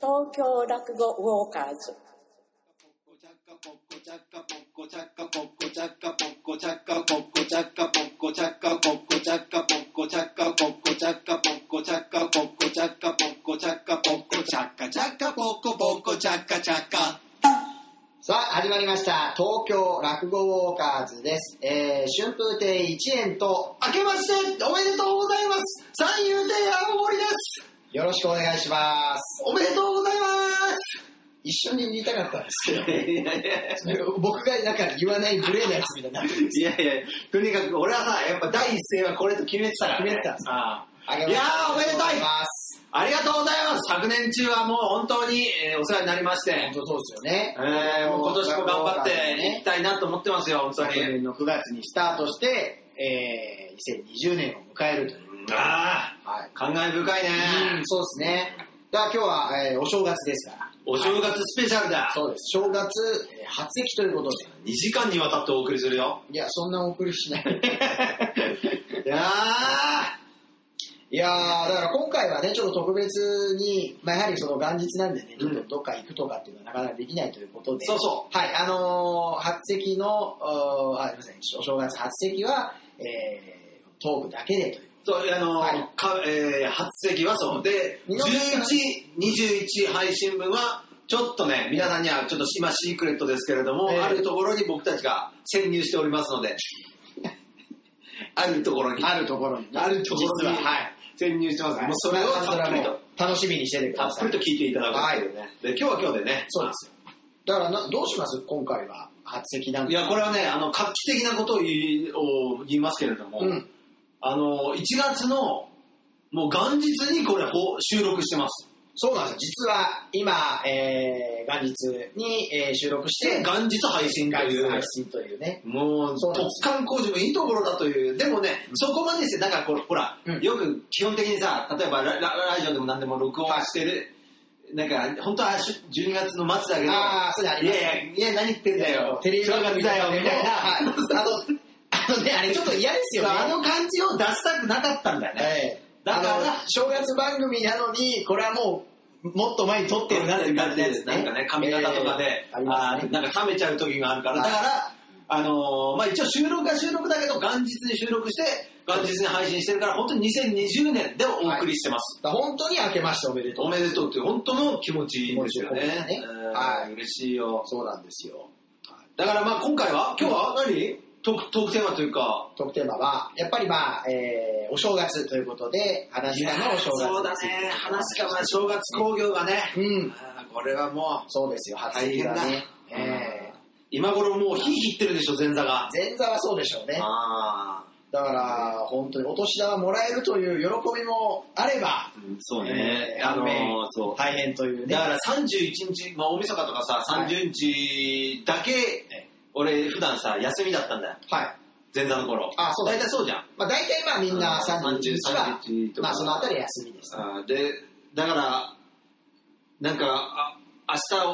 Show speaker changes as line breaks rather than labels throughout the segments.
東京落語ウォーカーズ
さあ、始まりました。東京落語ウォーカーズです。えー、春風亭一円と、
明けましておめでとうございます三遊亭青森です
よろしくお願いします。
おめでとうございま
一緒に似たかったんですけど
すいやいや
僕がなんか言わない無礼なやつみたいになってる。
いやいや、とにかく俺はさ、やっぱ第一声はこれと決めてたから、ね。
決めてたんです
あ
あ
いやーおめでたい
ます。
あありがとうございます昨年中はもう本当に、えーお世話になりまして、
本当そうですよね。
えー、もう今年も頑張っていきたいなと思ってますよ、本当
昨
に。
年の9月にスタートして、えー、2020年を迎えるという。
あ
は
あ、
い。
感慨深いね。
うん、そうですね。だから今日は、えーお正月ですから。
お正月スペシャルだ。
そうです。正月、えー初席ということで。
2時間にわたってお送りする よ。
いや、そんなお送りしない。
いや
いやー、だから今回はね、ちょっと特別に、まあ、やはりその元日なんでね、ちょっとどっか行くとかっていうのはなかなかできないということで、
そうそ
はい、あのー初席の、おーあ、すいません、お正月初席は、えー、トークだけでという。
そう、あの、
はい
かえー初席はそう。で、
二の
11、21配信分は、ちょっとね、皆さんにはちょっと今シークレットですけれども、
ええ
あるところに僕たちが潜入しておりますの で、あるところに、
あるところに、
あるところに
実は、はい。
潜入してます。もうそれを
まあそ
たっぷり
も
と
う、楽しみにしててく
た
だ
っ
さ
ぷ
い。
りと聞いていただくっていう
は
ね。で、今日は今日でね。
そうですよ。だからな、どうします今回は、初席なん
い
で。
や、これはね、あの、画期的なことを言いを言いますけれども、
うん。
あの、1月の、もう元日にこれ、ほ収録してます。
そうなんですよ。実は、今、えー、元日に、えー収録して、
で、元日配信と
ガイ
い
ズ
う
配。信というね。
もう、
そうなん
突
です
貫工事もいいところだという。でもね、そこまでして、だからこれ、ほら、
うん
よく基本的にさ、例えばラララジオでも何でも録音してる。なんか、本当はし12月の末だけど、
あーそうだあり
い
ます
やいや、いや、何言ってんだよ。
テレビ番
正
組
月だよ、みたいな。
はいあの、あのね、あれちょっと嫌ですよね。
あの感じを出したくなかったんだよね。
ええ
だから
あの正月番組なのに、これはもう、もっと前に撮ってるなっていう感じのやつ
なんかね、髪型とかで
え、えあり
あ
ます
ー
ね。
なんか冷めちゃう時があるから、
は
だ
い
から、あのーまあ一応収録は収録だけど、元日に収録して、元日に配信してるから、本当に2020年でお送りしてます。
だから本当に明けましておめでとう。
おめでとうっていう本当の気持ちですよね。
気持ちよね
うん
はい
嬉しいよ。
そうなんですよ。
だからまあ今回は、今日は何トークトークテーマというか、
トークテーマは、やっぱりまあ、えーお正月ということで、話したのお正月。
そうだね、話か、まあ正月興行がね、
うん。
あーこれはもう、
そうですよ、初日がね。
大変だ
え
今頃もう火切ってるでしょ、前座が
ー。前座はそうでしょうね。
あ
だから、本当にお年玉もらえるという喜びもあれば、
ーうんそうね、
えー
あの
雨
ーそう。
大変というね。
だから31日、まあ、大晦日とかさ、
はい
30日だけ、俺、普段さ、休みだったんだよ、
はい。
前座の頃。
あそうだ
大体そうじゃん。
まあ大体まあみんな30日は、
30日とか
まあそのあたりは休みです。
あーで、だから、なんか、あ明日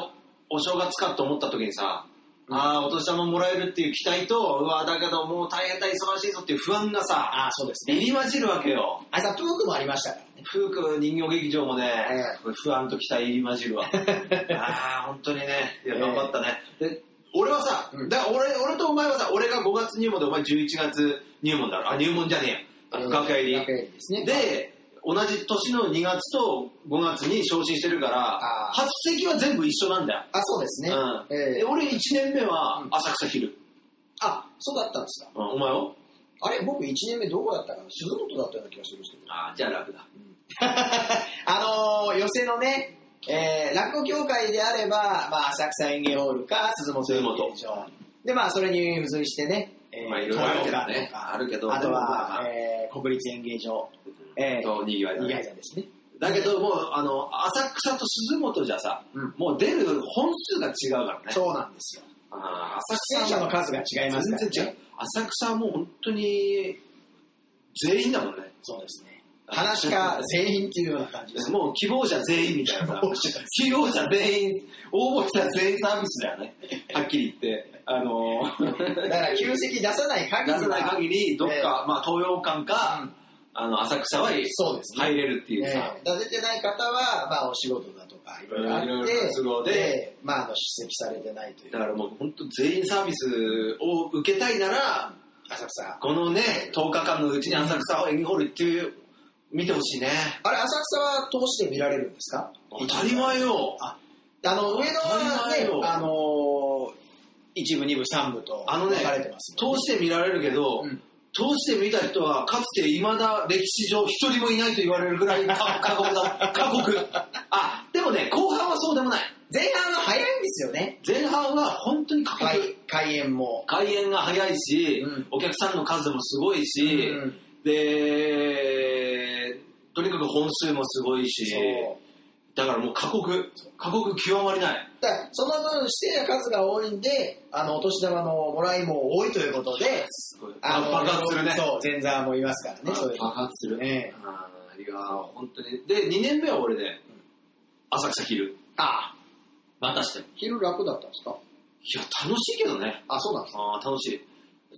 おお正月かと思った時にさ、
うん
ああ、お年玉もらえるっていう期待と、うわーだけどもう大変だ、忙しいぞっていう不安がさ、
ああ、そうですね。
入り混じるわけよ。
あれさ、プークもありましたからね。
フーク人形劇場もね、
え
これ不安と期待入り混じるわ。 ああ、本当にね、いや
ええ
頑張ったね。で俺はさ、
うん
だから俺俺とお前はさ、俺が5月入門でお前11月入門だろ。あ、入門じゃねえや。楽屋入
学
り。
園ですね。
で、同じ年の2月と5月に昇進してるから
あ、ー
初席は全部一緒なんだよ。
あ、そうですね。
うん
え
で
え
俺1年目は
うん
浅草昼。
あ、そうだったんですか。
うんお前は
あれ、僕1年目どこだったかな鈴本だったような気がするんですけど。
ああ、じゃあ楽だ。
あのー、寄席のね、えー、落語協会であれば、まあ、浅草演芸ホールか、鈴本演芸場。で、まあ、それに付随してね、え
まあいろいろあるけどね
東洋館とか
あるけど
あと
まあ
は、えー、国立演芸場、えー、
と、にぎわいだ
意
ね
外。なんですね。
だけど、もう、あの、浅草と鈴本じゃさ、
うん
もう出る本数が違うからね。
そうなんですよ。
あー
出演者の数が違いますから、ね。
全然違う。浅草はもう本当に、全員だもんね。
そうですね。話か全員っていうような感じ です。
もう希望者全員みたいなさ
希望者。
希望者全員、応募者全員サービスだよね。はっきり言って。あのー、
だから、旧席出さない限り
出
は
さない限り、どっか、まあ東洋館か、あの、浅草は入
そうですね。
入れるっていうさ。
ねだ出てない方は、まあ、お仕事だとか、いろいろあっ
いろいろ
て、
都合で
まあ、あの出席されてないという
だ、からもう本当全員サービスを受けたいなら、
浅草。
このね、10日間のうちに浅草を演技ホール行っていう、見てほしいね。
あれ、浅草は通しで見られるんですか
当たり前よ。
あの、上野は
当たり前
ね
よ、
あの、一部、二部、三部と
あのね
分かれてますもん
通して見られるけど、
うん
通して見た人はかつて未だ歴史上一人もいないと言われるぐらいか 過酷だ。過酷。あ、でもね、後半はそうでもない。
前半は早いんですよね。
前半は本当に過酷。
開開演も。
開演が早いし、
うん
お客さんの数もすごいし、
うん
で、とにかく本数もすごいし、
そう
だからもう過酷、過酷極まりない。
だからその分、指定の数が多いんで、あの、お年玉のもらいも多いということで、
すごい。
あ
あ
の、
爆発するね。
そう、前座もいますからね、そういう
爆発する。
ね。
あーいやー本当に。で、2年目は俺で、浅草昼。
ああ、
またしても。
昼楽だったんですか
いや、楽しいけどね。
あ、そうなんですか
ああ、楽しい。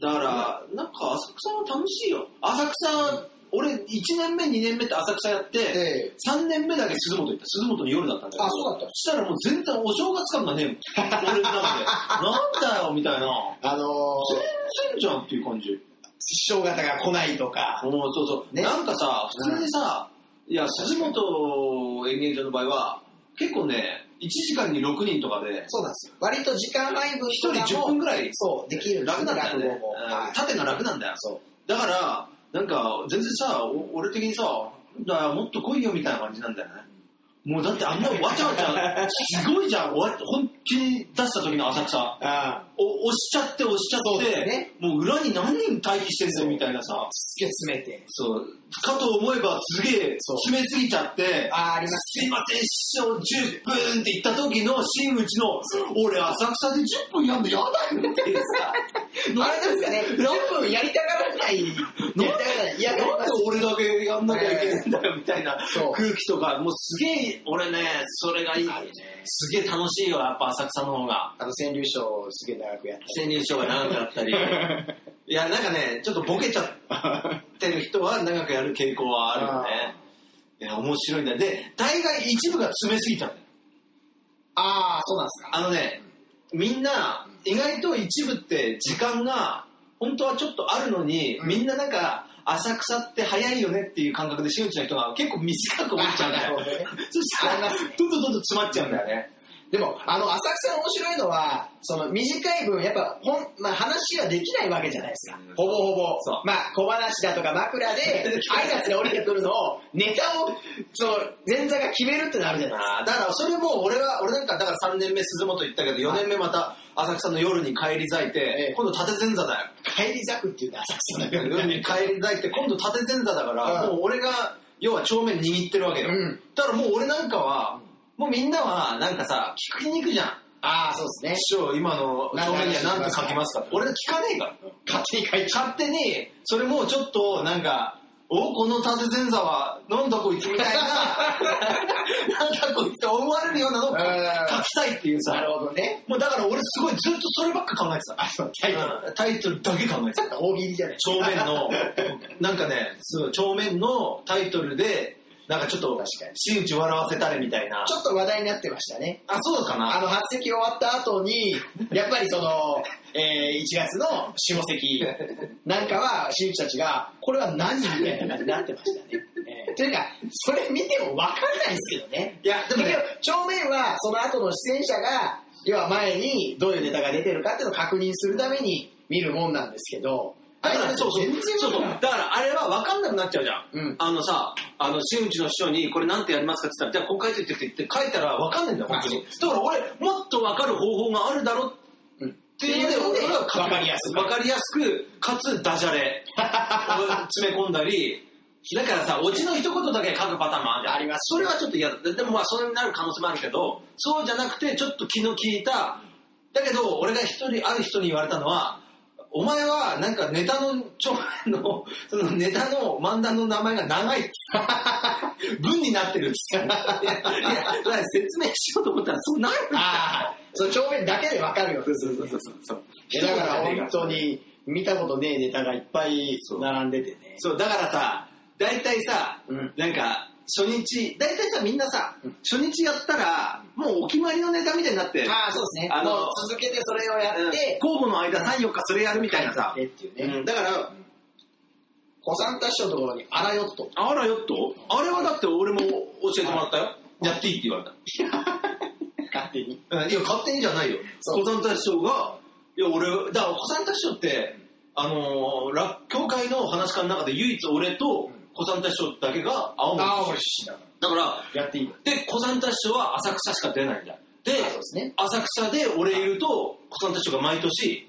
だから、なんか浅草は楽しいよ。浅草、俺、1年目、2年目って浅草やって、
ええ
3年目だけ鈴本行った。鈴本の夜だったんだけど。
あそうだった
そしたらもう全然お正月感がねえもん。俺 なんで。なんだよ、みたいな。
あのー、
全然じゃんっていう感じ。
師匠方が来ないとか、
もうそうそう、
ね
なんかさ、普通にさ、いや、辻本演芸場の場合は、結構ね、1時間に6人とかで、
そうなんですよ。割と時間配分
1人10分ぐらい
そう、できるんです
楽なんだよ
落語
ね
も。。
うん縦が楽なんだよ。
そう。
だから、なんか、全然さ、お俺的にさ、だからもっと来いよみたいな感じなんだよね。もうだってあんなわちゃわちゃ、すごいじゃん、わ本気に出した時の浅草。
ああ、
お押しちゃって押しちゃ
そう
っ
です
て、
ね
もう裏に何人待機してんだよみたいなさ。
つけ詰めて。
そう。かと思えばすげえ
そう
詰めすぎちゃって、
ああ、あります。
すいません、師匠10分って言った時の真打ちの、俺浅草で10分やんのやだよっていうさ。
あれですかね、6分やりたがらない。やりたがらない。いや、
なんで俺だけやんなきゃいけないんだよみたいな
そう
空気とか、もうすげえ、俺ね、それがいい。すげえ楽しいよ、やっぱ浅草の方が。
あの、川柳賞すげえ長 くやって。
潜入障害長かった り。いや、なんかね、ちょっとボケちゃってる人は長くやる傾向はあるよね。いや、面白いんだよ。で、大概一部が詰めすぎたのよ
ああ、そうなんですか。
あのね、みんな、意外と一部って時間が、本当はちょっとあるのに、
うん
みんななんか、浅草って早いよねっていう感覚で、真打ちの人が結構短く思っちゃうんだ
あな
よ
るほどね。
そした
あり
ら
ますね、
どんどんどんどん詰まっちゃうんだよね。
でも、あの、浅草の面白いのは、その短い分、やっぱ、ほん、まあ、話はできないわけじゃないですか
うん。
ほぼほぼ
そう。
まあ、小話だとか枕で、 挨拶で降りてくるのを、ネタを、その、前座が決めるってのあるじゃないですか。
あーだから、それも俺は、俺なんか、だから3年目鈴本行ったけど、4年目また浅草の夜に帰り咲い
え
て
え、
今度縦前座だよ。
帰り咲くっていうのは浅草だけど
夜に帰り咲いて、今度縦前座だから、
うん
もう俺が、要は正面握ってるわけよ。
うん。
だからもう俺なんかは、もうみんなはなんかさ、聞きに行くじゃん。
ああ、そうですね。
師匠、今の正面には何て書きますか俺聞かねえから。
勝手に書いちゃう。
勝手に、それもうちょっとなんか、おこの縦前座は、なんだこいつみた いな、なんだこいつって思われるようなのを書
うん
きたいっていう
な
さ。
るほどね。
もうだから俺すごいずっとそればっか考えてた。
そうタイトル
うんタイトルだけ考えてた。
大喜利じゃない
正面の、 なんかね、そう正面のタイトルで、なんかちょっと
確かに、
真打ち笑わせたれみたいな
ち。ょっと話題になってましたね。
あ、そうかな
あの、発席終わった後に、やっぱりその、えー、1月の下関なんかは、新内たちが、これは何みたいな感じになってましたね。えーというか、それ見ても分かんないですけどね。
いや、で
で
も
も
ね、
正面は、その後の出演者が、要は前にどういうネタが出てるかっていうのを確認するために見るもんなんですけど、
だから、そうそう、
全然
そうそう。だから、あれは分かんなくなっちゃうじゃん。
うん
あのさ、あの、真打ちの師匠に、これなんてやりますかって言ったら、じゃあ、こう書いてってって書いたら分かんないんだよ、本当に。だから、俺、もっと分かる方法があるだろっ
うん
ていうので、俺は
分かりやすく
分かりやすく、かつ、ダジャレ詰め込んだり、だからさ、オチの一言だけ書くパターンもあるじゃん。
あります
それはちょっと嫌だ。ででもまあ、それになる可能性もあるけど、そうじゃなくて、ちょっと気の利いた、だけど、俺が一人、ある人に言われたのは、お前は、なんかネタの、ちょ、 あの、そのネタの漫談の名前が長 いっつって。文になってるっつって。いや、いやだから説明しようと思ったら、そうない
ああ、その正面だけで分かるよ。
そうそう。
いやだから本当に見たことねえネタがいっぱい
そう
並んでてね。
そう、だからさ、大体さ、
うん
なんか、初日、大体さ、みんなさ、初日やったら、もうお決まりのネタみたいになって、
ああ、そうですね。
あの
もう続けてそれをや
うん
って、
交互の間3、4日それやるみたいなさ
っ、てっていう
う
ね。
んだから、
子さんたちのところにあらよっと。
あらよっと、あれはだって俺も教えてもらったよ。やっていいって言われた。
勝手に。
うんいや、勝手にじゃないよ。
そう
小三太師匠が、いや、俺、だから小三太師匠って、あのー、ら教会の話家の中で唯一俺と小三太師匠だけが青森。
ああ、俺出身だか
だから、
ら。やっていいの
で、小三太師匠は浅草しか出ないんだ。で、
そうですね。
浅草で俺いると、小三太師匠が毎年、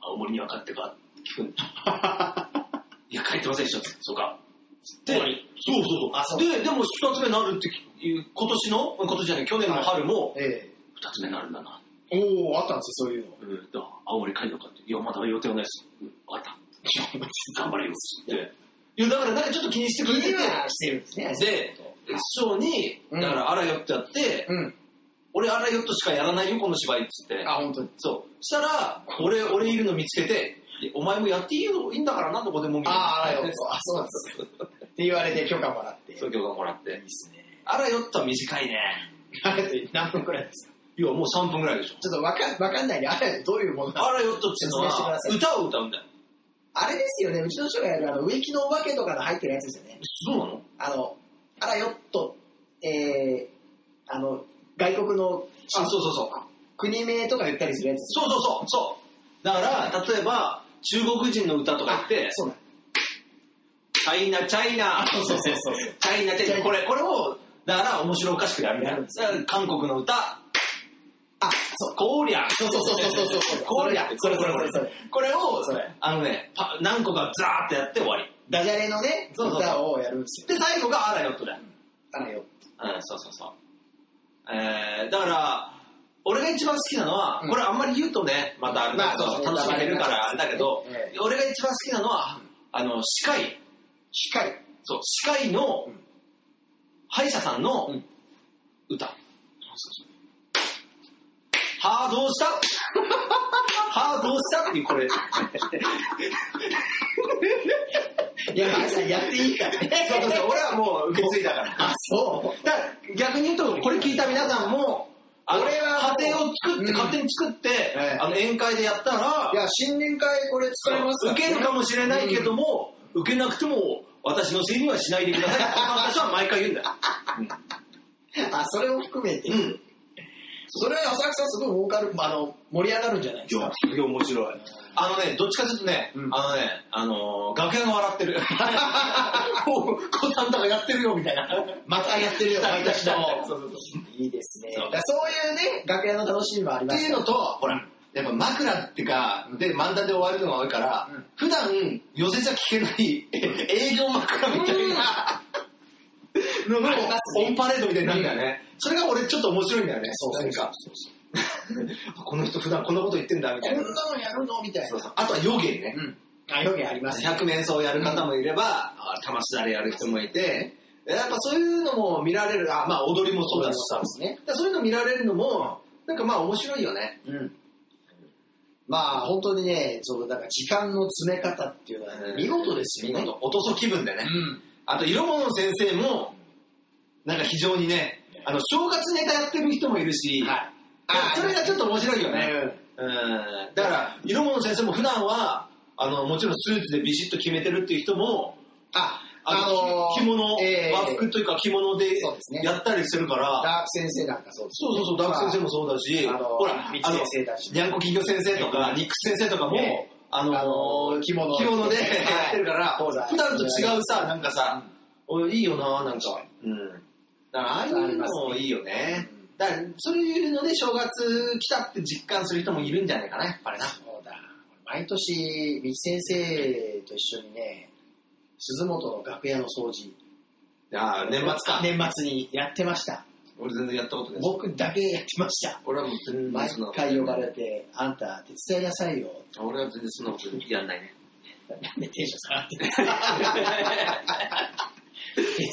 青森には勝ってかって聞くんだ。いや、帰ってませんでしょ。そうか。で、
終
そう
わり
そうそう。
あそう
で、でも二つ目になるっていう、今年の、今年じゃない、去年の春も、
え
二つ目になるんだな。
え。おお、あったんですよ、そういうの。
うん、だから青森帰るのかって。いや、まだ予定はないです。うん、わかった。 頑張れよ。って。いや、だからなんかちょっと気にしてくれてて。
してるんですね
で、師匠に、
うん
だから、あらよってやって、
うん。
俺、あらよっとしかやらないよ、この芝居っつって。
あ、本当に。
そう。したら、俺、俺いるの見つけて、でお前もやっていいよ、いいんだからな、どこでもみたいな。
ああ、あらよっと。あ、そうなんです
そうそう
ね。って言われて許可もらって。
そう許可もらって。
すね。
あらよっとは短いね。
あらよって 何分くらいですか
いや、もう3分ぐらいでしょ。
ちょっとわかわかんないで、あらよってどういうものなの
あらよっとっていうの
説明
は、
して
歌を歌うんだよ。
あれですよね、うちの人がやるあの植木のお化けとかの入ってるやつですよね。
そうなの
あの、あらよっと、えー、あの、外国の
あ、そうそうそう。
国名とか言ったりするやつです
そ
よ
うそうそうそう。だから、例えば、中国人の歌とか言って
あ、そうなん
チャイナ、チャイナ、
そうそうそうそう
チャイナ、チャイナ、これ、これを、だから面白おかしくやるみたいな。だから韓国の歌、
あ、そう。
コーリャン。
そうそうそうそうそうそう
コーリャン。
それそれそれそれ
これを
それ、
あのね、パ何個かザーってやって終わり。
ダジャレのね、
そうそうそう
歌をやるんですよ。
で、最後がアラヨットだよ。
あらよっと。
うん、そうそうそう。えー、だから、俺が一番好きなのは、
うん
これあんまり言うとね、またあれだけど
まあそうそう
楽しめるからあれだけど、
ええ
俺が一番好きなのは、あの、歯科医。
光。
そう、歯科医の、
うん
歯医者さんの
うん
歌。はあ、ど うしたはあ、どうしたっていうこれ。
いや、まあ、さやっていい からね。
そうそうそう、俺はもう受け継いだから。
あ、そう。
だから逆に言うと、これ聞いた皆さんも、あの、
俺は
家庭を作って、
うん
勝手に作って、
ええ
あの、宴会でやったら
い、や、新年会これ使えます
受けるかもしれないけども、受けなくても、私のせいにはしないでくださいって私は毎回言うん だよ。
あ、それを含めて。
うん。
それは浅草すごい儲かる、あの、盛り上がるんじゃないで
い
す
や
か。、
すげえ面白い。あのね、どっちかというとね、
うん
あのね、あのー、楽屋が笑ってる。もう、こたんたがやってるよ、みたいな。
またやってるよ、
来た来た
毎年の
そう
いいですね。
そう
だからそういうね、楽屋の楽しみもあり
っ
ま
て
す
いうのと、ほら、やっぱ枕ってか
う、ん
で、漫談で終わるのが多いから
うん、
普段寄せじゃ聞けない、営業枕みたいな、のが
ありますね
オンパレードみたいになるんだよね。それが俺ちょっと面白いんだよね。
そうそうそう
なんかこの人普段こんなこと言ってんだ、みた
こん
いな
な。のやるのみたいな。
そうそうあとは予言ね。
うん。あ、表現ありますね。
百面相やる方もいれば、あ玉すだれやる人もいて、やっぱそういうのも見られる、あ、まあ踊りもそうだしさ、
そうですね
だからそういうの見られるのも、なんかまあ面白いよね。
うん。まあ、本当にね、その、なんか時間の詰め方っていうのはね、見事ですよ
見
ね。
事、落とそ気分でね。
うん。
あと、色物先生も、なんか非常にね、あの、正月ネタやってる人もいるし、
はい。
だからそれがちょっと面白いよね。
ね。
うん。だから、色物先生も普段は、あの、もちろんスーツでビシッと決めてるっていう人も、
あ、
あ
あ
の
の、
着物、
えー
和服というか着物で
そうですね
やったりするから、
ダーク先生なんかそうです
そうそうそう、ダーク先生もそうだし、
あの
ほら、
三木先生だ
あ
し
のにゃんこ金魚先生とか、ニックス先生とかも、
ね
あ
あ
の
の着物
着物でや
はい
ってるから、
そうだ
普段と違うさ、なんかさ、おいいよな、なんか。うん。だから、ああいうのもいいよね。だから、そういうので正月来たって実感する人もいるんじゃないかな、やっぱりな。
そうだ。毎年、三木先生と一緒にね、鈴本の楽屋の掃除。
ああ、年末か。
年末にやってました。
俺全然やったことない。
僕だけやってました。
俺はもう全
毎
然そんなことない
回呼ばれて、あんた手伝いなさいよ。
俺は全然そんなことやんないね。
なんでテンション下がって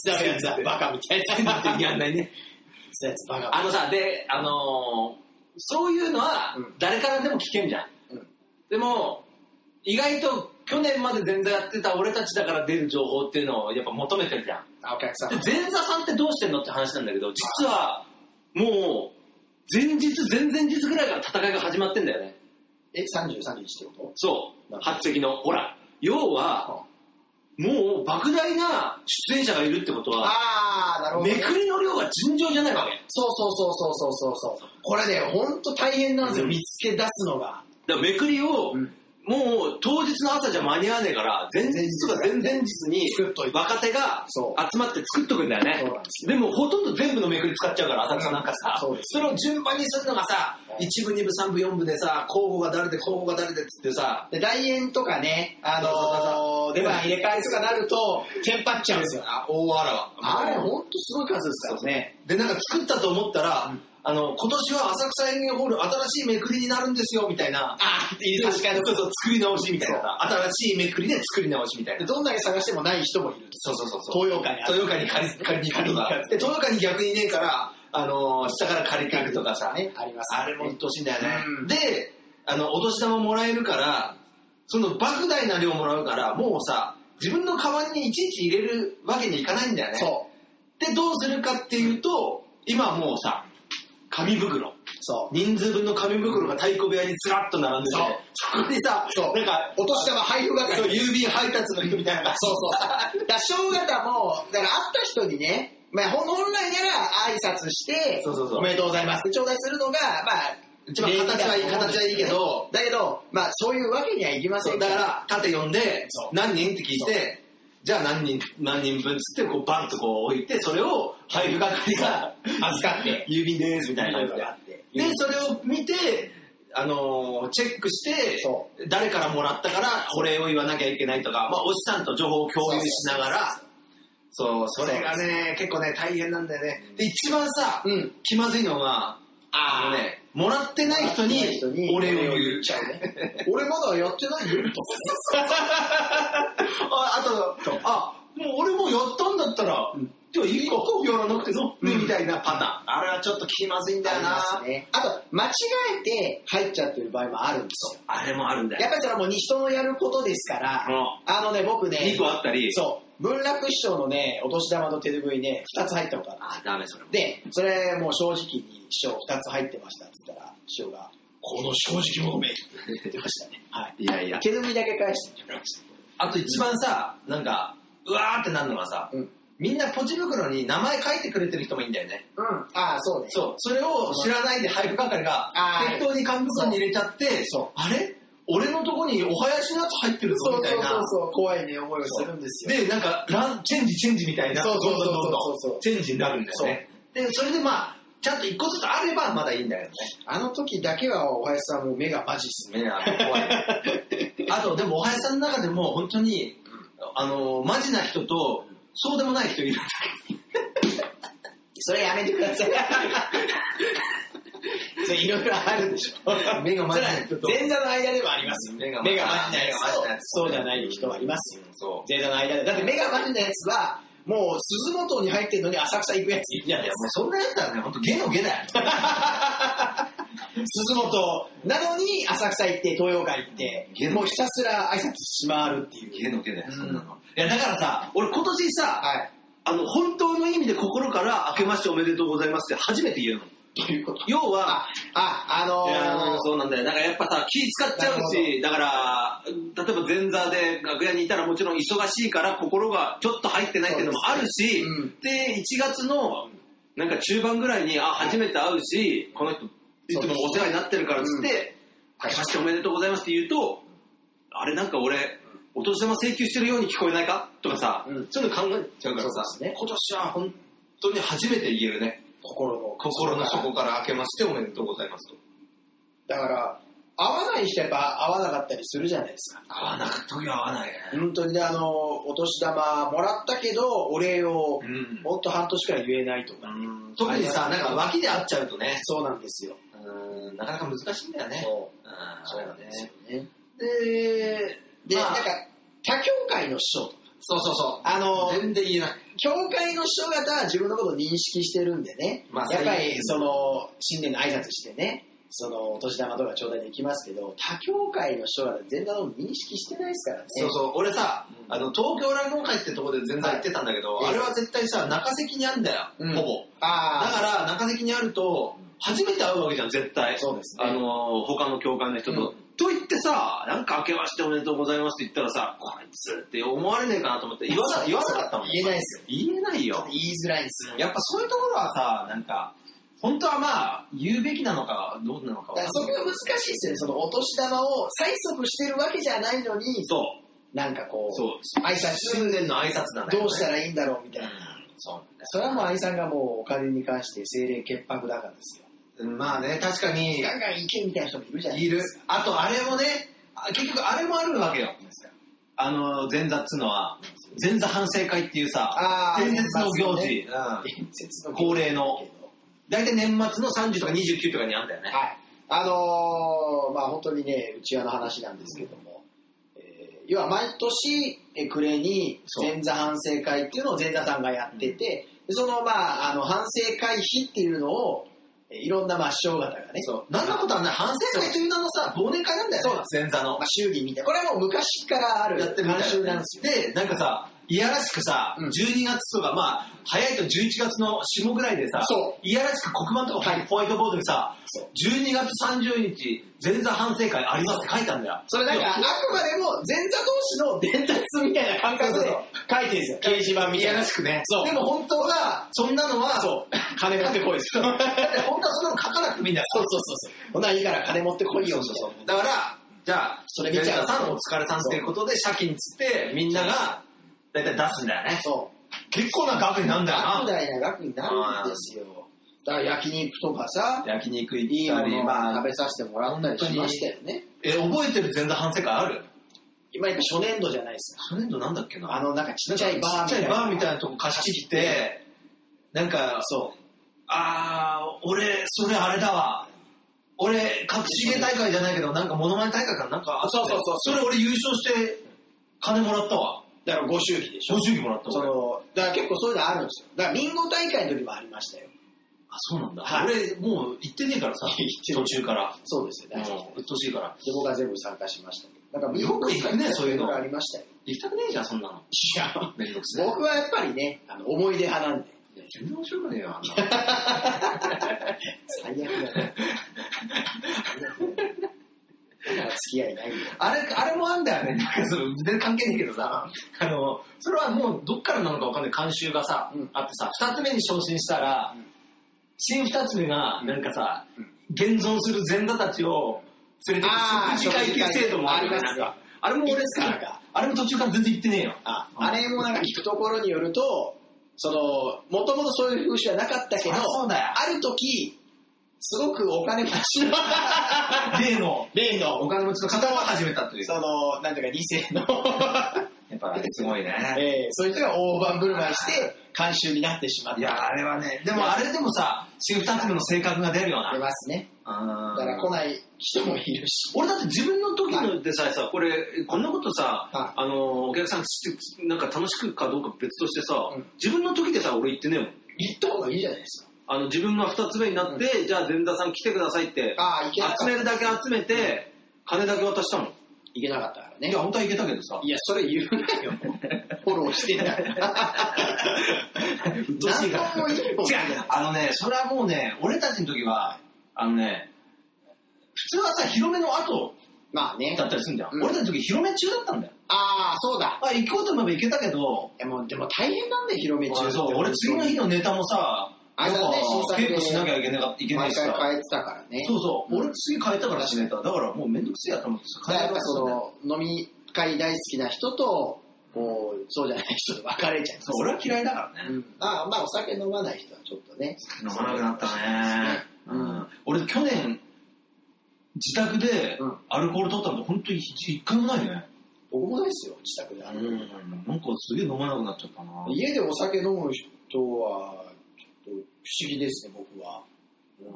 手伝うやつはバカみたいな。手伝うや
やんないね。
つバカみたい
あのさ、で、あのーそういうのは
うん
誰からでも聞けんじゃん。
うん
でも、意外と去年まで前座やってた俺たちだから出る情報っていうのをやっぱ求めてるじゃん。
あお客さん
で前座さんってどうしてんのって話なんだけど、実はもう前日、前々日ぐらいから戦いが始まってんだよね。
え3031ってこ
そう。発席の。ほら、要は、
と
もう莫大な出演者がいるってことは、
ああなるほどね、
めくりの量が尋常じゃないわけ。
そうそうそうそうそうそうそうこれね本当大変なんですよ、
うん
見つけ出すのが、
だからめくりを、もう当日の朝じゃ間に合わねえから、前々日とか前々日に
作っといて
若手が
そう
集まって作っとくんだよね
そうなんで。
でもほとんど全部のめくり使っちゃうから、浅草なんかさ。
そうです
れを順番にするのがさ
は、い
一部、二部、三部、四部でさ、候補が誰で、候補が誰でっつってさ、
で大演とかねあ
そうそうそうそ
の
う
ー出番入れ替えとかなるとテンパっちゃうんですよ
あ大あらわ。
あれ本当すごい数ですからね
で、なんか作ったと思ったら、あの、今年は浅草演芸ホール新しいめくりになるんですよ、みたいな。
あー入り
そう
差し替えの
そう、作り直しみたいなさ。新しいめくりで作り直しみたいな
で。どんだけ探してもない人もいる
そうそうそうそう。
東洋館にある
東洋館に 借り借りに行くと
借りに行
か
く。
で、東洋館に逆にねえから、あのー下から借りていくとかさ、
ねありますね
あれもうっとしいんだよね。
うん
で、あの、お年玉もらえるから、その莫大な量もらうから、もうさ、自分のカバンにいちいち入れるわけにいかないんだよね。
そう
で、どうするかっていうと、今はもうさ、紙袋。
そう
人数分の紙袋が太鼓部屋にずらっと並んでて、そこにさ、
そう
なんか、
お年玉配布係
そう郵便配達の人みたいな感じ。
そうそう。 だから正月も、だから会った人にね、まあ、ほん本来なら挨拶して、
そうそうそう
おめでとうございますって頂戴するのが、まあ、
一番形はいい、形はいいけど、
だけど、まあ、そういうわけにはいきませ
そ
ん
うだから、縦読んで
そ、う
何人って聞いて、じゃあ何人、何人分つって、こう、バンとこう置いて、それを配布係が
預かって
郵便です、みたいな
があ
感
って。
じで。で、それを見て、あのーチェックして
そ、
誰からもらったから、これを言わなきゃいけないとか、まあ、おじさんと情報を共有しながら、そう、それがね、結構ね、大変なんだよね。で、一番さ、
うん
気まずいのが、あのね、もらってない人
会ってない人
に
に、
お礼を
お礼を
言
言
っ
っ
ち
ち
ゃ
ゃ
う
う
ね
ね。 俺まだやってないよ、
ああと、あ、もう俺もやったんだったら、じゃあ一個やらなくても、
うん
みたいなパターン。あれはちょっと気まずいんだ
あ
よ
り
な。
ますね。あと、間違えて入っちゃってる場合もあるんですよ。
あれもあるんだ
やっ。ぱりそれはもう人のやることですから、
う
あのね、僕ね、
2個あったり、
そう、文楽師匠のね、お年玉と手拭いね、2つ入ったことある。
あ、ダメそれも。
で、それもう正直に師匠2つ入ってましたって言ったら、師匠が、この正直者めって言ってましたね。はい。
いやいや。
毛組だけ返してくれました。
あと一番さ、なんか、うわーってなるのがさ、
うん。
みんなポチ袋に名前書いてくれてる人もいいんだよね。
うん。ああ、そうね。
そう。それを知らないで配布係が
あ、ー
適当に紙袋に入れちゃって、
そう
あれ俺のとこにお囃子のやつ入ってるぞ
そう
みた
そ
いうな。
そうそう、怖いね、思いをするんですよ。
で、なんか、ラン、チェンジ、チェンジみたいな、
そうそうそうそう
どんどんどんどん
そうそう
チェンジになるんだよね。で、それでまあ、ちゃんと一個ずつあればまだいいんだよね。
あの時だけはお林さんも目がマジっすね。
ね、あの、怖い。あと、でも、おはやさんの中でも、本当に、あの、マジな人と、そうでもない人いる。
それやめてください。それいろいろあるでしょ。
目がマジな人と
それは前座の間でもありますよ。
目がマジ
目がマジなやつと
目がマジなやつ
そうじゃない人はいますよ。
そ
前座の間で。だって目がマジなやつは、もう鈴本に入ってるのに浅草行くやついるじゃ
い
な
や、
い
も
で
う
す
そんなやつはね、本当ゲのゲだよ。
か。鈴本なのに浅草行って、東洋館行って、もうひたすら挨拶しまわるっていう。
ゲのゲだよ、そんな
う
の。いや、だからさ、俺今年さ、
はい。
あの、本当の意味で心から、明けましておめでとうございますって初めて言うの。
ということ。
要は、
あ、あの
いや
ー、
そうなんだよ。だからやっぱさ、気使っちゃうし、だから、例えば前座で楽屋にいたらもちろん忙しいから心がちょっと入ってないっていうのもあるし、
そう
で1月のなんか中盤ぐらいに、あ、初めて会うし、この人、いつもお世話になってるからっつって、明けましておめでとうございますって言うと、あれなんか俺、お年玉請求してるように聞こえないかとかさ、
うん
そういうの考えちゃうからさ、
そうですね
今年は本当に初めて言えるね。
心の。
心の底から明けましておめでとうございますと。
だから、会わない人はやっぱ会わなかったりするじゃないですか。
合わなかった時は合わないね。
本当にね、あのー、お年玉もらったけど、お礼を
う、ん
ほんと半年くらい言えないとか。
特にさ、なんか脇で会っちゃうとね、
そうなんですよ。
うんなかなか難しいんだよね。
そう。
うん
そうなんですよね。
で、
で、
まあ
なんか、他教会の師匠とか、
そうそうそ
あの
う。
ー、
全然言えない。
教会の師匠方は自分のことを認識してるんでね、
まあ
やっぱ
そう
り
いう
その、新年の挨拶してね、その、お年玉とか頂戴できますけど、他協会の人ら全体を認識してないですからね。
そうそう、俺さ、
うん
あの、東京落語会ってとこで全然行ってたんだけど、
は
あ
い
れは絶対さ、中関にあんだよ、
うん
ほぼ。だ
ああ、
から、中関にあると、初めて会うわけじゃん、絶対。
そうですね
あのー、他の教官の人と。
うん
と言ってさ、なんか明けましておめでとうございますって言ったらさ、こいつって思われねえかなと思って、言わな言わなかったもん。
言えないですよ。
言えないよ。
言いづらいんですよ。
やっぱそういうところはさ、なんか、本当はまあ、言うべきなのか、どうなのか
だ
わから
か
ん
そ
な
こ
い
が難しいですよね。そのお年玉を催促してるわけじゃないのに、
そ
なんか
う、
こう、
そう。
挨拶
新年の挨拶だね。
どうした
ら
らいいんだろうみたいな。
そう。
それはもう愛さんがもうお金に関して精霊潔白だからですよ。
まあね、確かに、
ガンガン行けみたいな人もいるじゃない
い
で
る
すか。。
あと、あれもね、あ結局、あれもあるわけよ。あの、前座っつうのは、前座反省会っていうさ、
あー
伝説の行事、
伝説
う
の
ん
行事
恒例の。大体年末の30とか29とかにあんだよね。
はい。あのーまあ本当にね、うちわの話なんですけども、えー要は毎年えー暮れに
そう
前座反省会っていうのを前座さんがやってて、でそのまあ、あの反省会費っていうのを、えーいろんなまあ師匠方がね、
そう。なんなことはない。反省会という名のさ、忘年会なんだよね。前座の
まあ、。祝儀みたいな。これはもう昔からある
やってるみたい
慣習なん
な
ですよ。
で、なんかさ、いやらしくさ、
うん
12月とか、まあ、早いと11月の下ぐらいでさ
そ、
いやらしく黒板とかホワイトボードにさ、
そう
12月30日、前座反省会ありますって書いたんだよ。
それなんか、あくまでも前座同士の伝達みたいな感覚で
そうそう
書いてるんですよ。掲示板み
い
た
や
いな
ら。しくね。
そう
でも本当は、そんなのは、
そう。金持ってこいです。そうそう
だって 本当はそんなの書かなくてもいいんだよ。
そうそう。ほないいから金持ってこいよ、みたい
だ
な。
から、じゃあ、
それ見ちゃ
前
う
座さんお疲れさんっていうことで、借金つって、みんなが、だいたい出すんだよね。
そう。
結構な額になるんだよな
莫。大な額になるんですよ。だから焼肉とかさ、
焼肉
いい
行っ
も
たり、ま
の
あ
食、べさせてもらったりしましたよね。
え、覚えてる前座反省会ある
今やっぱ初年度じゃないですか。
初年度なんだっけな
あの、なんかちっちゃいバーみ
ちっ
たい
ちゃ
な。
いバーみたいなとこ貸し切って、なんか、
そう。
あー、俺、それあれだわ。俺、隠し芸大会じゃないけど、なんかモノマネ大会かなんかあって
そうそうそう
それ俺優勝して、金もらったわ。
だからご祝儀でしょ
正。直もらった
そ
わ。
の、だから結構そういうのあるんですよ。だからビンゴ大会の時もありましたよ。
あ、そうなんだ。
はい
俺、もう行ってねえからさ、途中から。
そうですよね。
もう、うっとしいから。
で、僕は全部参加しましたけど。なんか
よく行くねそういうの
がありましたよ。
行きたくねえじゃん、そんなの。
いや、
めんどくせえ。
僕はやっぱりね、あの思い出派なんで、
全然面白くねえよ、あんなの。
最悪だね。最悪だねだから付き合いないよ。
あれ、あれもあんだよね。なんかその全然関係ないけどさ、あの、それはもうどっからなのかわかんない慣習がさ、
うん
あってさ、二つ目に昇進したら、
うん
新二つ目が、なんかさ、
うん
現存する前座たちを連れて
あー
く食事会系制度もあるよね
食事会
なんかあれも俺
いつから
さ
か、
あれも途中から全然行ってねえよ。
ああれもなんか聞くところによると、その、もともとそういう風習はなかったけど、
あそうだよ
ある時、すごくお金持ちの、
例の、
例
お
の、
金持ちの方は始めたという。
その、なんていうか、2世の、
やっぱすごいね。
えーそういう人が大盤振る舞いして、慣習になってしまった。
いや、あれはね、でもあれでもさ、新二つ目の性格が出るよな
出。ますね。
あ
だ
ー
から来ない人もいるし。
俺だって自分の時のでさえさ、これ、こんなことさ、
は
あの、お客さんして、なんか楽しくかどうか別としてさ、
うん
自分の時でさ、俺言ってねえもん。
言った方がいいじゃないですか。
あの、自分が二つ目になって、じゃあ前座さん来てくださいって、
ああ、いけなかった
集。めるだけ集めて、金だけ渡したもん。
いけなかったから
い
ね
や、。本当はいけたけどさ。
いや、それ言うなよ。フォローして ない。
うっとうしいから
何もいいこと
違う
ない、
あのね、それはもうね、俺たちの時は、あのね、普通はさ、広めの後
まあね
だ。ったりするんだよ。
うん
俺たちの時、広め中だったんだよ。
ああ、そうだ。
あ、行こうと思えば行けたけど、
いやもうでも大変なんだよ、広め中って。
そう、俺次の日のネタもさ、
あ
なん
れ
か
だね新作で
稽古しなきゃいけなかいけない
毎
しさ
回。変えてたからね。
そうそう、
うん
俺次変えたからしネタ。だからもうめんどくせえやと思って
だからやっ
変え
ぱ
た
その、飲み会大好きな人と、こう、そうじゃない人と別れちゃいます
そう、俺は嫌いだから
う
ね。
ん。まあまあ、お酒飲まない人はちょっとね。
飲まなくなったね。
うん
うん俺去年、自宅で
うん
アルコール取ったの本当に一回もないね。
僕もないですよ、自宅で。
なんかすげえ飲まなくなっちゃったな。
家でお酒飲む人は、ちょっと不思議ですね、僕は。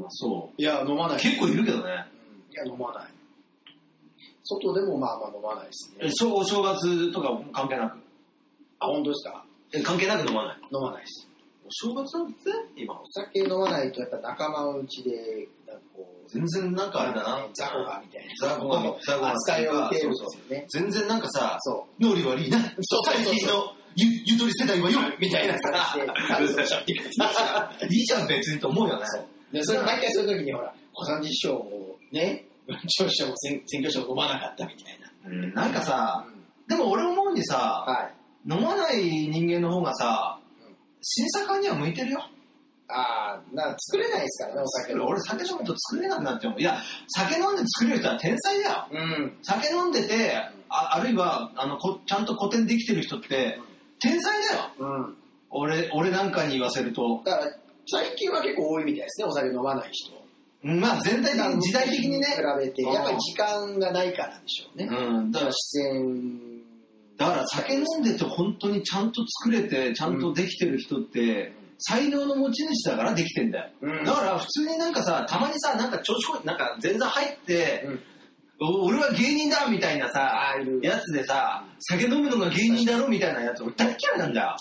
そ
いや、飲まな
う。
い。
結構いるけどね。
うんいや、飲まない。外でもまあまあ飲まないです
え
ね。
そうお正月とか関係なく。
あ、本当ですか
え関係なく飲まない。
飲まないです。
お正月なんて今。
お酒飲まないとやっぱ仲間内で、なんかこう、
全然なんかあれだな。
ザコがみたい
ザ
な。
コがザコが
扱いを受けるんで
そう
すよね。
全然なんかさ、
そ
脳裏悪いな。
そうそうそう
最近のゆゆとり世代はよみたいな さ
そうそう、
いいじゃん別にと思うよね。
う。で、それ毎回そういう時にほら、小三治師匠もね、文朝師匠も選選挙師匠飲まなかったみたいな。
うんなんかさ、でも俺思うにさ、
はい。
飲まない人間の方がさ
うん、
審査官には向いてるよ。
ああ、な作れないですからね、お酒も。
俺酒飲むと作れなくなっちゃうもん。いや、酒飲んで作れる人は天才だよ。
うん。
酒飲んでて、ああるいはあのこちゃんと古典できてる人って、天才だよ。
うん。
俺、俺なんかに言わせると。
だから、最近は結構多いみたいですね、お酒飲まない人。
まあ全体的に時代的にね。
比べて、やっぱり時間がないからでしょうね。
うん、だか
だからら、視線。
だから酒飲んでて本当にちゃんと作れて、ちゃんとできてる人って、才能の持ち主だからできてんだよ。
うん
だから普通になんかさ、たまにさ、なんか調子こい、なんか全然入って、
うん
お俺は芸人だみたいなさ
あいる、
やつでさ、酒飲むのが芸人だろみたいなやつ、俺大っ嫌いなんだ よ。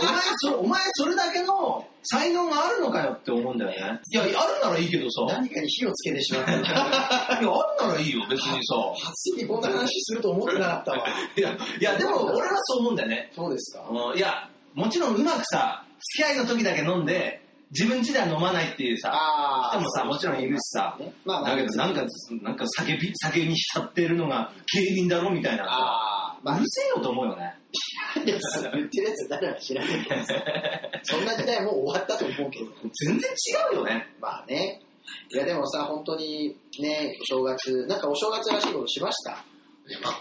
お前そ、お前それだけの才能があるのかよって思うんだよね。いや、あるならいいけどさ、
何かに火をつけてしまったんだ。
いやあるならいいよ、別にさ。
初にこんな話すると思ってなかったわ。
いや、いや、でも俺はそう思うんだよね。
そうですか。
うんいや、もちろんうまくさ、付き合いの時だけ飲んで、自分自体は飲まないっていうさ、
あ
人もさ、もちろんいるしさ、
ねまあまあ
だけどなんか、なんか酒び酒に浸ってるのが芸人だろみたいなさ、
ああ、
う
まあ
る、せえよと思うよ ね。
いやその言ってるやつ誰か知らないけどさ、そんな時代もう終わったと思うけど、
全然違うよね。
まあね。いやでもさ、本当にね、お正月、なんかお正月らしいことしました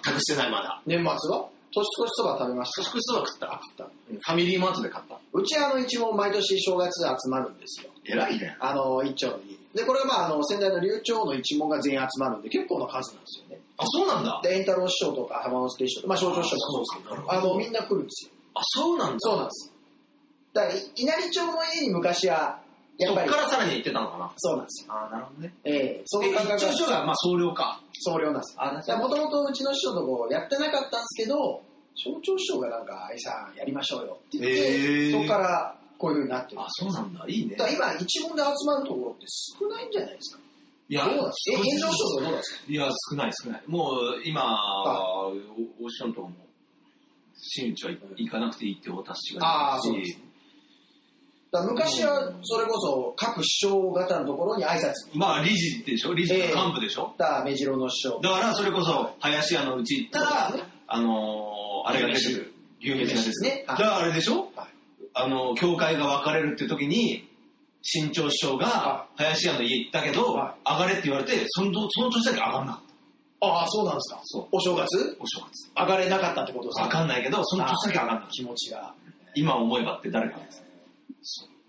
全くしてないまだ。
年末は年越しそば食べました。
複数は食った
あ食った
ファミリーマートで買った。
うちあの一応毎年正月集まるんですよ。
偉いね。
あの、一丁の家に。で、これはまあ、あの、先代の流暢の一門が全員集まるんで、結構な数なんですよね。
あ、そうなんだ。
で、円太郎師匠とか浜之助師匠とか、まあ、象徴師匠もそうですけど、
あ
あ
そう
の、みんな来るんですよ。
あ、そうなんだ。
そうなんです。だから、い稲荷町の家に昔は、やっぱり、
そっからさらに行ってたのかな。
そうなんですよ。
あ、なるほどね。
ええそ
え、
の
一
感覚
応書が、まあ、総量か。
総量なんです。
あ、な
だもともとうちの師匠とこうやってなかったんですけど、象徴師匠がなんか、愛さんやりましょうよって言って、
へえ
そこからこういう風になってるん
あ
で、す
そうなんだ。いいね。
だから今、一門で集まるところって少ないんじゃないですか。
いや
どうなんですかえ、炎上師匠とかどうなんですか
いや、少ない少ない。もう、今、
は
おおっしゃると思う。新内は行かなくていいってお達し
あ
が
あ
出
そう
る
です
し。
だから昔はそれこそ各師匠方のところに挨拶
まあ、理事でしょ理事の幹部でしょ、
だ目白の師匠
だから、それこそ、林家のうち行ったら
そうですね、
あのーあれが出てくる。牛めしが出てくる
ね
だから、あれでしょ、
はい
あの、教会が分かれるって時に、新潮師匠が
は、
林家の家行ったけど、
は
上がれって言われて、そのその年だけ上がんなかった。
ああそうなんですか
そう
お正月
お正月。
上がれなかったってことです
上
か
がんないけど、その年だけ上がんなかった。
気持ちが
今思えばって誰かなんです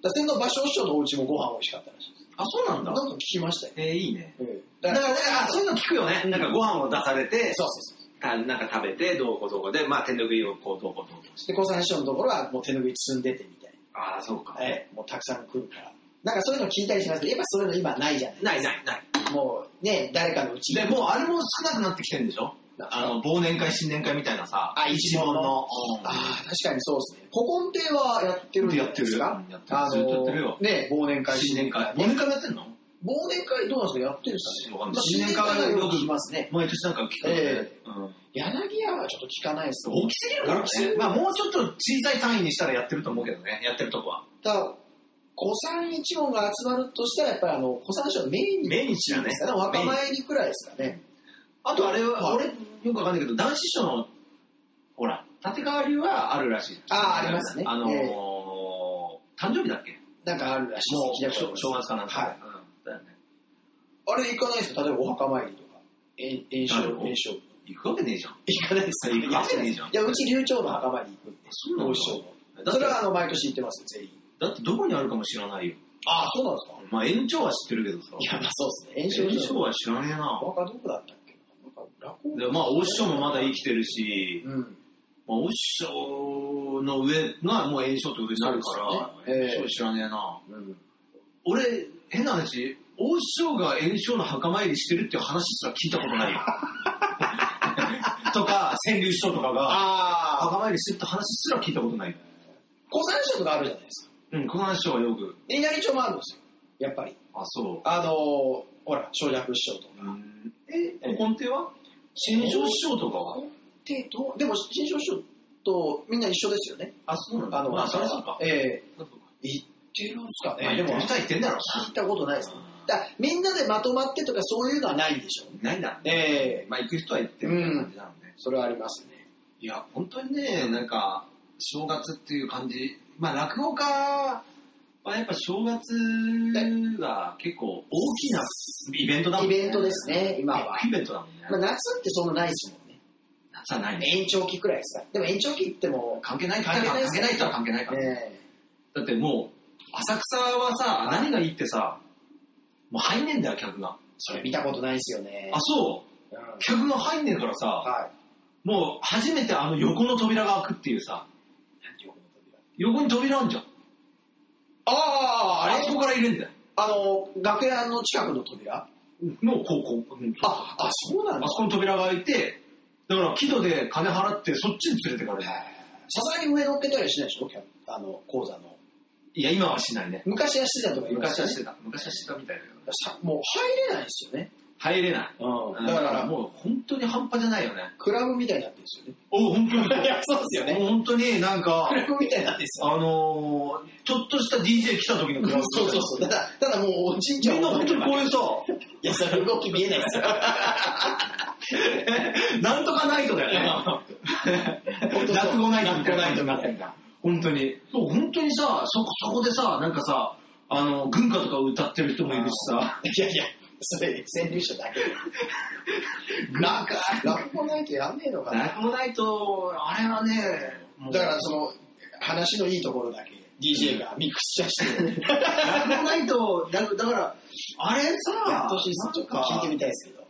だからの芭蕉師匠のお家もご飯美味しかったらしいです
あ、そうなん
なんか聞きましたよ、
えーいいね。
うん
だから、
ら
ね、あそういうの聞くよね。なんかご飯を出されて、
そうそうそ
たなんか食べて、どうこうどうこうで、まあ、手ぬぐいをこう、どうこうどうこう
うで小三師匠のところはもう手拭い積んでてみたい
ああ、そうか
な、ええもうたくさん来るからなんかそういうの聞いたりしますけどやっぱそういうの今ないじゃな
な
い
いないない。
もうね誰かのうちに
で、もうあれも少なくなってきてるんでしょ
なんか
あの、忘年会、新年会みたいなさ、
あ一門
う
の
ん
ああ、確かにそうですね。古今亭はやってるんじゃないですか
やってるやってるずっとやってるよ
ね、忘年会、
新年会。忘
ね
年会もやってんの
忘年会どうなんですかやってるんですか
わか
ね
んない新年会はよ
よ
く
く聞きますね。
毎年なんか聞くよね
え
うん
柳屋はちょっと聞かないですね。
大きすぎるから
大きすぎ
ね。
る
まあ、もうちょっと小さい単位にしたらやってると思うけどね。やってるとこは。
ただ、古参一門が集まるとしたら、やっぱりあの、古参師匠のメインに。
命日だね
ですかね。お
メ
若
イン
参りくらいですかね。
あとあれは、
はい
俺、よくわかんないけど、男子賞の、ほら、立川流はあるらしい。
あーありますね
あのー
ええ
誕生日だっけ
なんかあるらしい
もう、
です
正正月かなんか。
はい
うんだよね。
あれ行かないですか例えばお墓参りとか。えん炎
なるほど
症、炎症。
行くわけねえじゃん。
行かないです
行くわけねえじゃん
いや、うち流暢の墓参り行くんで。
そうなんだ
大師匠の。
だっ
そ
て
れ、はあの、毎年行ってます、全員。
だってどこにあるかも知らないよ。
ああ、そうなんですか
まあ、延長は知ってるけどさ。
いや、まあそうです
延
ね。炎症
長は知らねえな。
お墓どこだったっけなんか落語
でまあ、大師匠もまだ生きてるし、
う
ま
ん。
あ、大師匠の上がもう延長と上になるか
そう
ら、
ですねええ
延長知らねえな。
うん。
俺、変な話、王師匠が炎症の墓参りしてるっていう話すら聞いたこと ないよ。とか、川柳師匠とかが、
ああ、
墓参りしてるって話すら聞いたことないよ。
古参賞とかあるじゃないですか。
うん、この話はよく。
で、稲荷町もあるんですよ。やっぱり。
あ、そ
あの、ほら、省略師匠と。
う。え、根底は新庄師匠とかは
で、どうでも、新庄師匠とみんな一緒ですよね。
あ、そうなんだ。
あの、
まあ、そりゃそうか。
ええ行ってるんですかね。
まあ、で
でも、
も、
聞
二人言ってんだろう
いたことないです。だからみんなでまとまってとかそういうのはないんでしょうね。
な。ないんだ。
ええ
まあ、行く人は行ってみたいな感じなので。
それはありますね。
いや、本当にね、なんか、正月っていう感じ。まあ、落語家はやっぱ正月が結構大きなイベントだも
イ
んね。
ベントですね、今は。
イベントだもんね。
まあ、夏ってそんなないですもんね。
夏はないね。
延長期くらいですか。でも延長期っても
関係ない
関係ない
関係ない人は関係ないか
う、
ら。
え
だってもう、浅草はさ、何がいいってさ、もう入んねえんだよ、客が。
えそれ見たことないですよね
あ、。そう
うん
客が入んねえからさ、
は
もう初めてあの横の扉が開くっていうさ、
い。
横に扉あんじゃん。
あ
あ
あ、あれ
そこから入れんだよ。
あの、楽屋の近くの扉
の、こう、こう。うん
あ、あ、そうなん
あ
だ。
そこの扉が開いて、だから、木戸で金払って、そっちに連れてかれる。
さすがに上乗っけたりはしないでしょキャあの、講座の。
いや、今はしないね。
昔はしてたとか言いま
昔
した
は
ね
してた。昔はしてたみたいだけど。
さもう入れないですよね。
入れない。
うん。
だ
だか
から、
らもう、
もう本当に半端じゃないよね。
クラブみたいになってるんですよ
お本当に。
ね。いや、そうですよね。
もう本当になん か
ク、ラブみたいになってるんですよ。
あのー、ちょっとした DJ 来た時のクラブ。
そうそうそう。ただ、ただもうおじいちゃん
みんな本当にこういうさ、
いや、それ動き見えないですよ。
なんとかナイトだよ
本
ね。
当そ う
落語ナイトみたいな。
落語ナイトになってんだ。
本当に。そう、本当にさ、そこ、そこでさ、なんかさ、あの、軍歌とか歌ってる人もいるしさ、
いやいや、それ、川柳者だけだ。なんか、落語ないとやんねえのかな。
落語ナイト、あれはね、もう
だから、その、話のいいところだけ、DJ がミックスしちゃして、
落語ナイト、だだから、あれさ、
やってほしいです。ちょっと聞いてみたいですけど。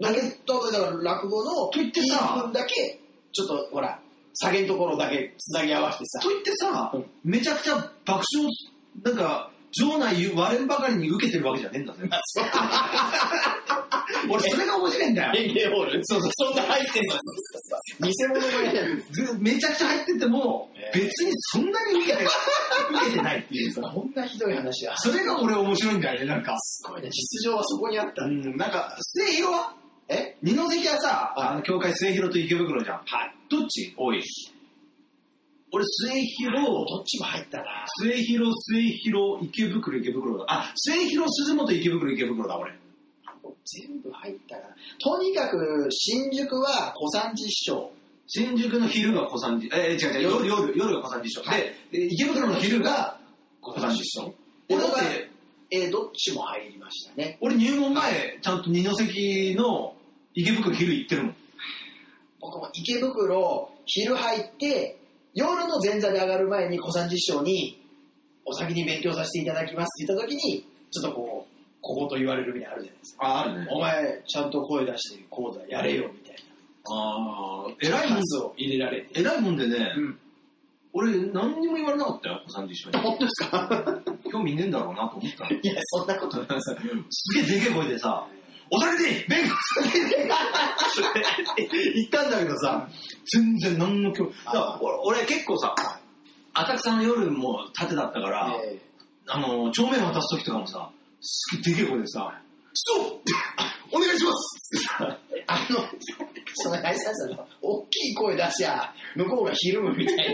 だけど、だから落語の、
と言ってさ
分だけ、ちょっとほら、下げんところだけつなぎ合わせてさ
と、言ってさ
うん、
めちゃくちゃ爆笑、なんか、場内割れんばかりに受けてるわけじゃねえんだね。 俺、それが面白いんだよ。
演芸ホールそうそう、そんな入ってんの偽物がいない。
ずめちゃくちゃ入ってても、
えー
別にそんなに受け て、受けてないっていうさ。
こんなひどい話は。
それが俺面白いんだよね、なんか。
すごいね、実情はそこにあった
う。ん、なんか、末広は
え
二の関はさ、あの、教会末広と池袋じゃん。
はい。
どっち多い俺、末広、
どっちも入ったな。
末広、末広、池袋、池袋だ。あ、末広、鈴本、池袋、池袋だ、俺。
全部入ったな。とにかく、新宿は小三治師匠。
新宿の昼が小三時、えー、違う違う、夜、夜夜が小三時師匠。で、えー池袋の昼が小三時師匠。
で
俺だっ
僕は
て、
えーどっちも入りましたね。
俺入門前、ちゃんと二の関の池袋昼行ってるもん。
僕も池袋、昼入って、夜の前座で上がる前に小三治師匠に、お先に勉強させていただきますって言った時に、ちょっとこう、ここと言われるみたいなのあるじゃないですか。
あ、あるね
お前、ちゃんと声出して講座やれよみたい
あー、
な。
偉いもん、
を入れられて。
偉いもんでね、
うん。
俺何にも言われなかったよ、小三時師匠に。
本当ですか
興味ねえんだろうなと思 ったの。
いや、そんなことない。
すげえでけえ声でさ、お酒で弁護士言ったんだけどさ、全然何の興味。だから俺俺結構さ、浅草の夜も縦だったから、
えー
あの、帳面渡す時とかもさ、すげえでけえ声でさ、ストップ お願いします
あの、その挨拶の、大きい声出しゃ、向こうがひるむみたいな。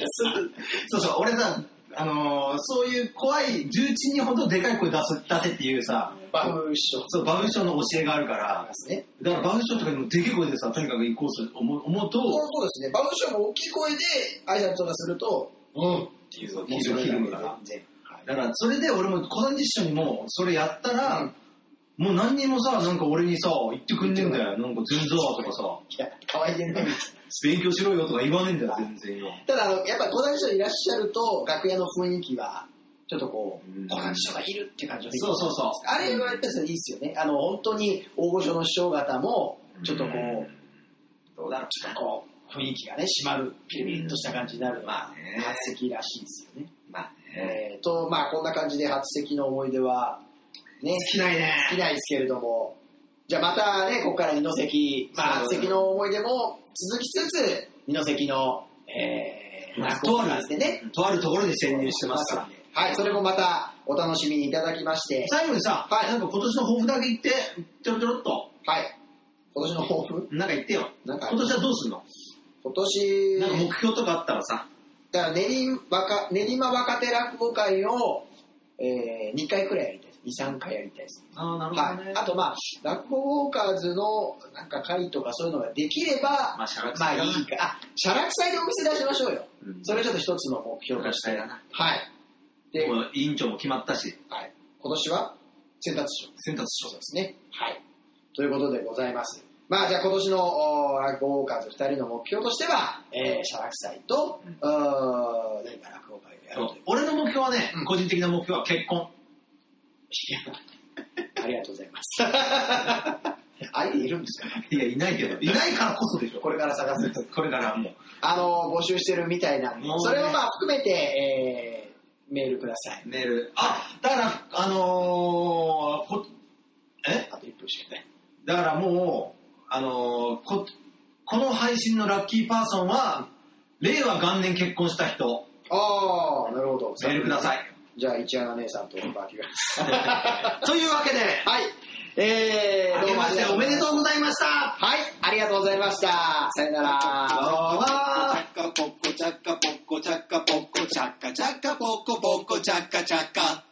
そうそう、俺さ、あのーそういう怖い、重鎮にほどでかい声出す出せっていうさ、
バフ師匠
そう、バブ師匠の教えがあるか
で
ら、
すね。
だからバブ師匠とかにもでけえ声でさ、とにかく行こうする思う思うと、
そうそうですね。バフ師匠も大きい声で挨拶とかすると、うんっていうのを
ひるむひるむから
全然。はい
だからそれで俺も小三治師匠にもそれやったら、もう何にもさなんか俺にさ言ってくんねえんだよなんか全然とかさ
いや、可愛げない。
勉強しろよとか言わねえんだよ全然よ
ただ、あのやっぱ小谷師匠いらっしゃると、楽屋の雰囲気は、ちょっとこ
うん
う、小谷師匠がいるって感じが
そうそうそう
あれはやっぱりいいですよね。あの、本当に大御所の師匠方も、ちょっとこう、
どうだろ
ちょっとこう、雰囲気がね、締まる、ピリピリとした感じになるの
まあ
が
ね、
初席らしいですよね。
うまあ
えーと、まあ、こんな感じで初席の思い出は、ね、
きないね
尽きないですけれども、じゃあまたね、ここから二の関、まあ、
そう
初席の思い出も続きつつ、二の関の、えー、
まあ
落語家としてね、
とあるところに潜入してますから
ね。はい、それもまたお楽しみにいただきまして、
最後にさ、はい、なんか今年の抱負だけ言って、ちょろちょろっと、
はい、今年の抱負
なんか言ってよ。
なんか
今年はどうすんの
今年、
なんか目標とかあったらさ、
だから練馬若練馬若手落語会を、え2回くらいやりたいです。2、3回やりたいです。
ああ、な
はい、あとまあ、落語ウォーカーズのなんか会とかそういうのができれば、
まあ、しゃらくさ
まあい
い
い
だな
か。あ、シャラク祭でお店出しましょうよ。
うん
それをちょっと一つの目
協
標と
力
し
したい
て。
だな。
はい。で、
も
は
う委員長も決まったし、
い、今年は選択賞
選択
そ
し
う
よ
ですね。はい。ということでございます。まあじゃあ今年のおー落語ウォーカーズ2人の目標としては、えー、シャラク祭と、
うん
うーん、何か落語会をや
う
るという。
俺の目標はね、
うん
個人的な目標は結婚。
ありがとうございます。 相手いるんですか
いや、いないけど、いないからこそでしょ。
これから探す。
これからもう。
あの、募集してるみたいなんで
もう、ね
それをまあ含めて、えー、メールください。
メール。あ、だから、あのーこ、え
あと1分しかない。
だからもう、あのーこ、この配信のラッキーパーソンは、令和元年結婚した人、
ああ、なるほど。
メールください。
じゃあ、一穴姉さんとバーキューさん。
というわけで、
はい。えー、
明けましておめでと
う。
うございました
はい、ありがとうございました。さよな
どう
ら。
も
チャッカポッコチャッカポッコチャッカポッコチャッカチャッカポッコポッコチャッカチャッカ